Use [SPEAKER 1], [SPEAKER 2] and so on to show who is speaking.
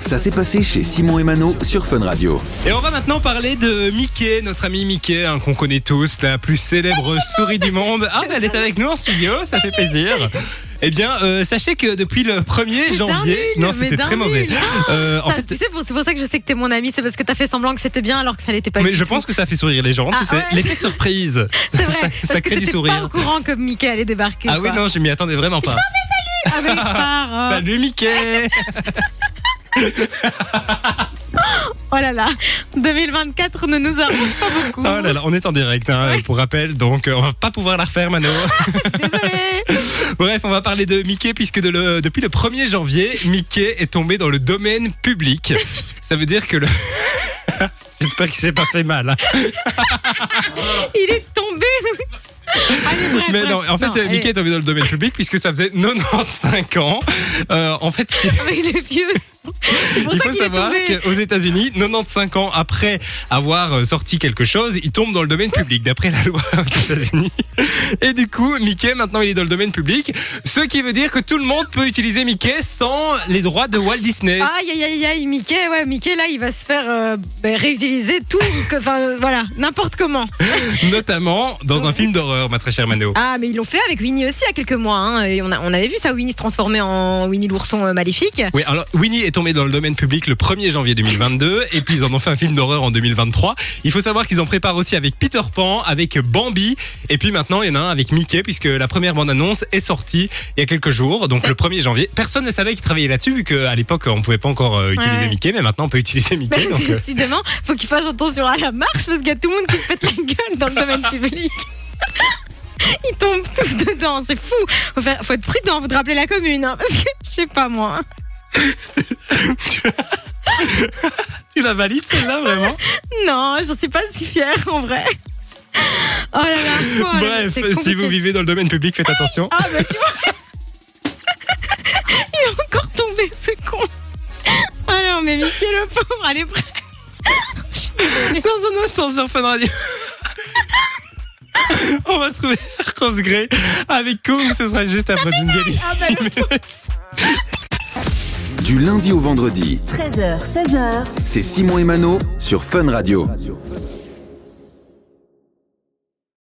[SPEAKER 1] Ça s'est passé chez Simon et Mano sur Fun Radio.
[SPEAKER 2] Et on va maintenant parler de Mickey, notre ami Mickey, hein, qu'on connaît tous, la plus célèbre souris du monde. Ah, elle est avec nous en studio, ça fait plaisir. Eh bien, euh, sachez que depuis le 1er
[SPEAKER 3] C'était d'un
[SPEAKER 2] janvier,
[SPEAKER 3] nul,
[SPEAKER 2] non,
[SPEAKER 3] mais
[SPEAKER 2] c'était
[SPEAKER 3] d'un
[SPEAKER 2] très mauvais.
[SPEAKER 3] nul.
[SPEAKER 2] Euh, en
[SPEAKER 3] Ça,
[SPEAKER 2] fait,
[SPEAKER 3] tu sais, pour- c'est pour ça que je sais que t'es mon ami, c'est parce que t'as fait semblant que c'était bien alors que ça l'était pas
[SPEAKER 2] mais
[SPEAKER 3] du
[SPEAKER 2] je
[SPEAKER 3] tout.
[SPEAKER 2] pense que ça fait sourire les gens,
[SPEAKER 3] Ah,
[SPEAKER 2] tu sais,
[SPEAKER 3] ouais.
[SPEAKER 2] l'effet de surprise.
[SPEAKER 3] c'est vrai.
[SPEAKER 2] ça- ça
[SPEAKER 3] parce que
[SPEAKER 2] crée du
[SPEAKER 3] t'étais
[SPEAKER 2] sourire.
[SPEAKER 3] Pas au courant que Mickey allait débarquer.
[SPEAKER 2] Ah oui,
[SPEAKER 3] quoi.
[SPEAKER 2] non, je m'y attendais vraiment pas.
[SPEAKER 3] Ah oui, par, euh,
[SPEAKER 2] Salut Mickey
[SPEAKER 3] Oh là là, 2024 ne nous arrange pas beaucoup.
[SPEAKER 2] Oh là là, on est en direct, hein, pour rappel, donc euh, on va pas pouvoir la refaire, Mano.
[SPEAKER 3] Désolée.
[SPEAKER 2] Bref, on va parler de Mickey puisque de le- depuis le 1er janvier, Mickey est tombé dans le domaine public. Ça veut dire que le... J'espère qu'il s'est pas fait mal. hein.
[SPEAKER 3] Il est tombé. Allez, bref,
[SPEAKER 2] Mais
[SPEAKER 3] bref.
[SPEAKER 2] non, en fait, euh,
[SPEAKER 3] allez.
[SPEAKER 2] Mickey est tombé dans le domaine public puisque ça faisait 95 ans. Euh, en fait,
[SPEAKER 3] Ah, mais il est vieux. C'est pour
[SPEAKER 2] il
[SPEAKER 3] ça
[SPEAKER 2] faut
[SPEAKER 3] qu'il est
[SPEAKER 2] savoir
[SPEAKER 3] tombé.
[SPEAKER 2] qu'aux États-Unis, 95 ans après avoir euh, sorti quelque chose, il tombe dans le domaine public, d'après la loi aux États-Unis. Et du coup, Mickey, maintenant, il est dans le domaine public. Ce qui veut dire que tout le monde peut utiliser Mickey sans les droits de Walt Disney.
[SPEAKER 3] Aïe aïe aïe aïe, Mickey, ouais, Mickey là, il va se faire euh, ben, réutiliser tout, que- enfin euh, voilà, n'importe comment.
[SPEAKER 2] Notamment dans un film d'horreur, ma très chère Mano.
[SPEAKER 3] Ah, mais ils l'ont fait avec Winnie aussi il y a quelques mois, hein, et on, a- on avait vu ça, Winnie se transformer en Winnie l'ourson euh, maléfique.
[SPEAKER 2] Oui, alors Winnie est tombé dans le domaine public le 1er janvier 2022 et puis ils en ont fait un film d'horreur en 2023. Il faut savoir qu'ils en préparent aussi avec Peter Pan, avec Bambi et puis maintenant il y en a un avec Mickey puisque la première bande-annonce est sortie il y a quelques jours, donc le 1er janvier. Personne ne savait qu'ils travaillaient là-dessus vu qu'à l'époque on pouvait pas encore euh, utiliser
[SPEAKER 3] Ouais.
[SPEAKER 2] Mickey mais maintenant on peut utiliser Mickey.
[SPEAKER 3] Mais
[SPEAKER 2] donc, euh,
[SPEAKER 3] Bah, décidément, faut qu'il fasse attention à la marche parce qu'il y a tout le monde qui se pète la gueule dans le domaine public. Ils tombent tous dedans, c'est fou. Faut, faire- faut être prudent, faut te rappeler la commune, hein, parce que je sais pas moi. hein.
[SPEAKER 2] tu la valides celle-là vraiment
[SPEAKER 3] Oh Non, j'en suis pas si fière en vrai. Oh là là, oh là là,
[SPEAKER 2] Bref,
[SPEAKER 3] c'est
[SPEAKER 2] si
[SPEAKER 3] compliqué.
[SPEAKER 2] vous vivez dans le domaine public faites attention.
[SPEAKER 3] Ah bah tu vois Il est encore tombé ce con Alors mais Mickey le pauvre, allez prêt
[SPEAKER 2] Dans un instant sur Fun Radio. On va trouver Rose Gray avec Kung, ce sera juste après Jingle.
[SPEAKER 1] Du lundi au vendredi,
[SPEAKER 4] 13h, 16h,
[SPEAKER 1] c'est Simon et Mano sur Fun Radio.